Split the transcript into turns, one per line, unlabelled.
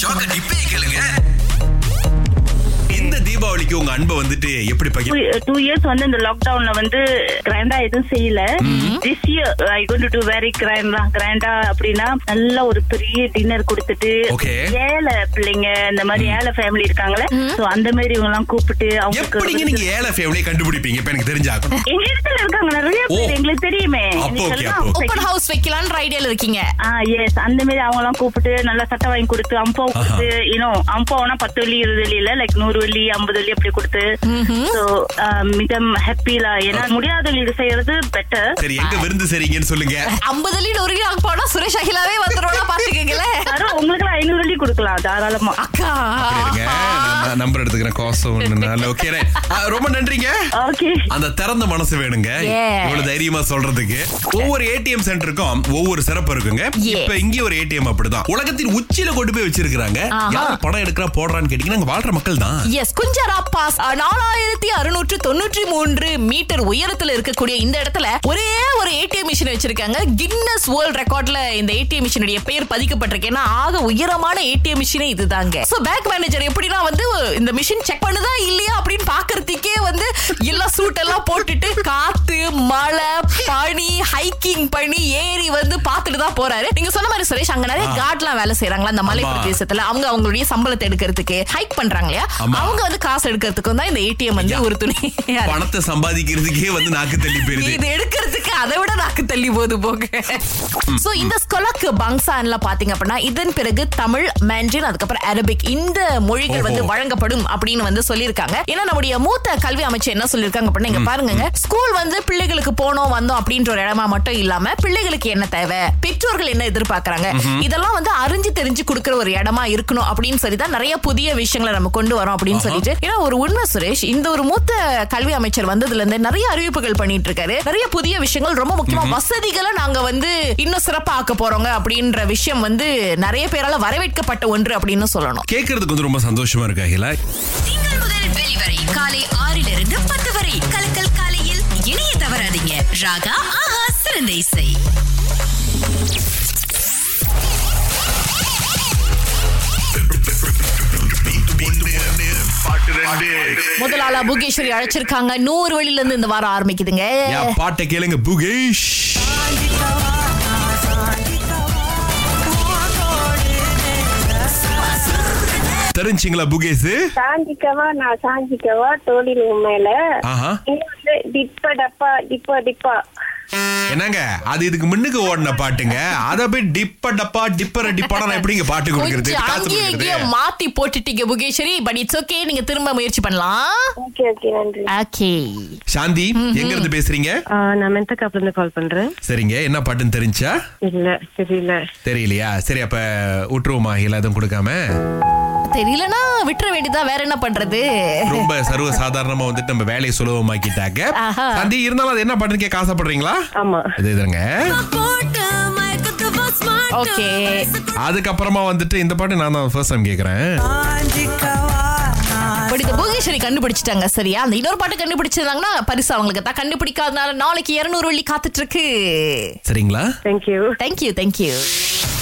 ஷாக்க டிப்பே கேளுங்க இந்த தீபாவளிக்கு உங்க அன்பை வந்துட்டு எப்படி பகிர்
டூ இயர்ஸ் வந்து இந்த லாக்டவுன்ல வந்து கிராண்டா எதுவும் செய்யல uh, this year I gone to very கிராண்டா கிராண்டா அப்படின்னா நல்ல ஒரு பெரிய டின்னர் கொடுத்துட்டு
Okay.
ஏழை பிள்ளைங்க இந்த மாதிரி ஏழை ஃபேமிலி இருக்காங்களே சோ அந்த மாதிரி இவங்க எல்லாம் கூப்பிட்டு
எப்படிங்க
அவங்களுக்கு
நீங்க ஏழை ஃபேமிலியை கண்டுபிடிப்பீங்க இப்ப எனக்கு தெரிஞ்சாகணும்
எங்க இடத்துல இருக்காங்க நிறைய
ஓ.
பேர் எங்களுக்கு தெரியுமே
அப்போ
நீங்க
okay,
எல்லாம்
அப்போ okay.
second-
ஓப்பன் ஹவுஸ் வைக்கலாம்னு ஐடியால இருக்கீங்க
ஆ எஸ் அந்த மாதிரி அவங்க எல்லாம் கூப்பிட்டு நல்லா சட்டை வாங்கி கொடுத்து அம்பாவை கொடுத்து இன்னும் அம்பாவுனா பத்து வெள்ளி இருபது வெள்ளி இல்ல லைக் நூறு வெள்ளி ஐம்பது வெள்ளி அப்படி கொடுத்து சோ மிதம் ஹாப்பிலா ஏன்னா முடியாதவங்களுக்கு செய்யறது பெட்டர்
சரி எங்க விருந்து சரிங்கன்னு சொல்லுங்க
ஐம்பது லீட் ஒரு கிலோ போனா சுரேஷ் அகிலாவே வந்துருவோம்னா பாத்துக்கீங்களே
யாரும் உங்களுக்கு ஐநூறு வெள்ளி கொடுக்கலாம் தாராளமா
அக்கா
இருங்க, நான் நம்பர் எடுத்துக்கிறேன் கோசம் ஒண்ணுனால ஓகே ரொம்ப நன்றிங்க
ஓகே
அந்த திறந்த மனசு வேணுங்க
Yes.
இவ்வளவு தைரியமா சொல்றதுக்கு ஒவ்வொரு ஏடிஎம் சென்டருக்கும் ஒவ்வொரு சிறப்பு இருக்குங்க
Yes.
இப்ப இங்கே ஒரு ஏடிஎம் அப்படிதான் உலகத்தின் உச்சியில கொண்டு போய் வச்சிருக்காங்க
ஆஹா.
யார் பணம் எடுக்கிறா போடுறான்னு கேட்டீங்கன்னா அங்க வாழ்ற மக்கள் தான்
எஸ் குஞ்சரா பாஸ் நாலாயிரத்தி அறுநூற்று தொண்ணூற்றி மூன்று மீட்டர் உயரத்துல இருக்கக்கூடிய இந்த இடத்துல ஒரே ஒரு ஏடிஎம் மிஷின் வச்சிருக்காங்க கின்னஸ் வேர்ல்ட் ரெக்கார்ட்ல இந்த ஏடிஎம் மிஷினுடைய பெயர் பதிக்கப்பட்டிருக்கேன்னா ஆக உயரமான ஏடிஎம் மிஷினே இதுதாங்க சோ பேங்க் மேனேஜர் எப்படின்னா வந்து இந்த மிஷின் செக் பண்ணுதா இல்லையா அப்படின்னு பாக்குறதுக்கே வந்து எல்லா சூட் எல்லாம் போட்டுட்டு காத்து மழை பனி ஹைக்கிங் பண்ணி ஏறி வந்து பாத்துட்டு தான் போறாரு நீங்க சொன்ன மாதிரி சுரேஷ் அங்க நிறைய காட்லாம் வேலை செய்யறாங்களா அந்த மலை
ஆமா.
பிரதேசத்துல அவங்க அவங்களுடைய சம்பளத்தை எடுக்கிறதுக்கு ஹைக் பண்றாங்க இல்லையா
ஆமா.
அவங்க வந்து காசு எடுக்கிறதுக்கும் தான் இந்த ஏடிஎம் வந்து ஒரு துணை
பணத்தை சம்பாதிக்கிறதுக்கே வந்து நாக்கு தள்ளி போயிருது
இது எடுக்கிறதுக்கு அதை விட நாக்கு தள்ளி போகுது போக சோ இந்த ஸ்கொலக்கு பங்சான்ல பாத்தீங்க அப்படின்னா இதன் பிறகு தமிழ் மேண்டின் அதுக்கப்புறம் அரபிக் இந்த மொழிகள் வந்து
ஓஹோ.
வழங்கப்படும் அப்படின்னு வந்து சொல்லியிருக்காங்க ஏன்னா நம்முடைய மூத்த கல்வி அமைச்சர் என்ன சொல்லியிருக்காங்க அப்படின்னா இங்க பாருங்க ஸ்கூல் வந்து பிள்ளைகளுக்கு போனோம் வந்தோம் அப்படின்ற ஒரு இடமா மட்டும் இல்லாம பிள்ளைகளுக்கு என்ன தேவை பெற்றோர்கள் என்ன எதிர்பார்க்கறாங்க இதெல்லாம் வந்து அறிஞ்சு தெரிஞ்சு கொடுக்கிற ஒரு இடமா இருக்கணும் அப்படின்னு சொல்லி தான் நிறைய புதிய விஷயங்களை நம்ம கொண்டு வரோம் அப்படின்னு சொல்லிட்டு ஏன்னா ஒரு உண்மை சுரேஷ் இந்த ஒரு மூத்த கல்வி அமைச்சர் வந்ததுல இருந்து நிறைய அறிவிப்புகள் பண்ணிட்டு இருக்காரு நிறைய புதிய விஷயங்கள் ரொம்ப முக்கியமா வசதிகளை நாங்க வந்து இன்னும் சிறப்பா ஆக்க போறோங்க அப்படின்ற விஷயம் வந்து நிறைய பேரால வரவேற்கப்பட்ட ஒன்று அப்படின்னு சொல்லணும்
கேக்குறதுக்கு வந்து ரொம்ப சந்தோஷமா இருக்கு அகிலா
திங்கள் முதல் வெளிவரை காலை ஆறிலிருந்து பத்து வரை கலக்கல் காலையில் இணைய தவறாதீங்க ராகா ஆஹா சிறந்த இசை
முதலாளா புகேஸ்வரி அழைச்சிருக்காங்க நூறு வழியில இருந்து இந்த வாரம் ஆரம்பிக்குதுங்க
என் பாட்டை கேளுங்க புகேஷ் தெரிஞ்சிங்களா புகேஷ்
சாஞ்சிக்கவா நான் சாஞ்சிக்கவா தோழி உண்மையில
ஆஹா.
டிப்ப டப்பா டிப்பா டிப்பா
என்னங்க அது இதுக்கு முன்னுக்கு ஓடின பாட்டுங்க அத போய் டிப்ப டப்பா டிப்பர டிப்பாடா நான் எப்படிங்க பாட்டு கொடுக்கறது
கொஞ்சம்
காசு
அங்கேயே இங்கேயே
கொடுக்கறது?
மாத்தி போட்டுட்டீங்க புகேஸ்வரி பட் இட்ஸ் ஓகே நீங்க திரும்ப முயற்சி பண்ணலாம்
ஓகே ஓகே நன்றி
ஓகே
சாந்தி எங்க இருந்து பேசுறீங்க
நான் மென்தக்காப்ல இருந்து கால் பண்றேன்
சரிங்க என்ன பாட்டுன்னு தெரிஞ்சா
இல்ல தெரியல
தெரியலையா சரி அப்ப விட்டுருவோமா இல்ல எதுவும் கொடுக்காம
தெரியலனா விட்டுற வேண்டியதா வேற என்ன பண்றது
ரொம்ப சர்வ சாதாரணமா வந்துட்டு நம்ம வேலையை சுலபமாக்கிட்டாங்க
ஆஹா.
சாந்தி இருந்தாலும் அது என்ன பாட்டுன்னு கேட்க ஆசைப்படுறீங்களா
ஆமா
இது இதுங்க
ஓகே
அதுக்கப்புறமா வந்துட்டு இந்த பாட்டு நான் தான் ஃபர்ஸ்ட் டைம் கேக்குறேன்
பட் இந்த புவனேஸ்வரி கண்டுபிடிச்சிட்டாங்க சரியா அந்த இன்னொரு பாட்டு கண்டுபிடிச்சிருந்தாங்கன்னா பரிசு அவங்களுக்கு தான் கண்டுபிடிக்காதனால நாளைக்கு 200 வெள்ளி காத்துட்டு இருக்கு
சரிங்களா
தேங்க்யூ
தேங்க்யூ தேங்க்யூ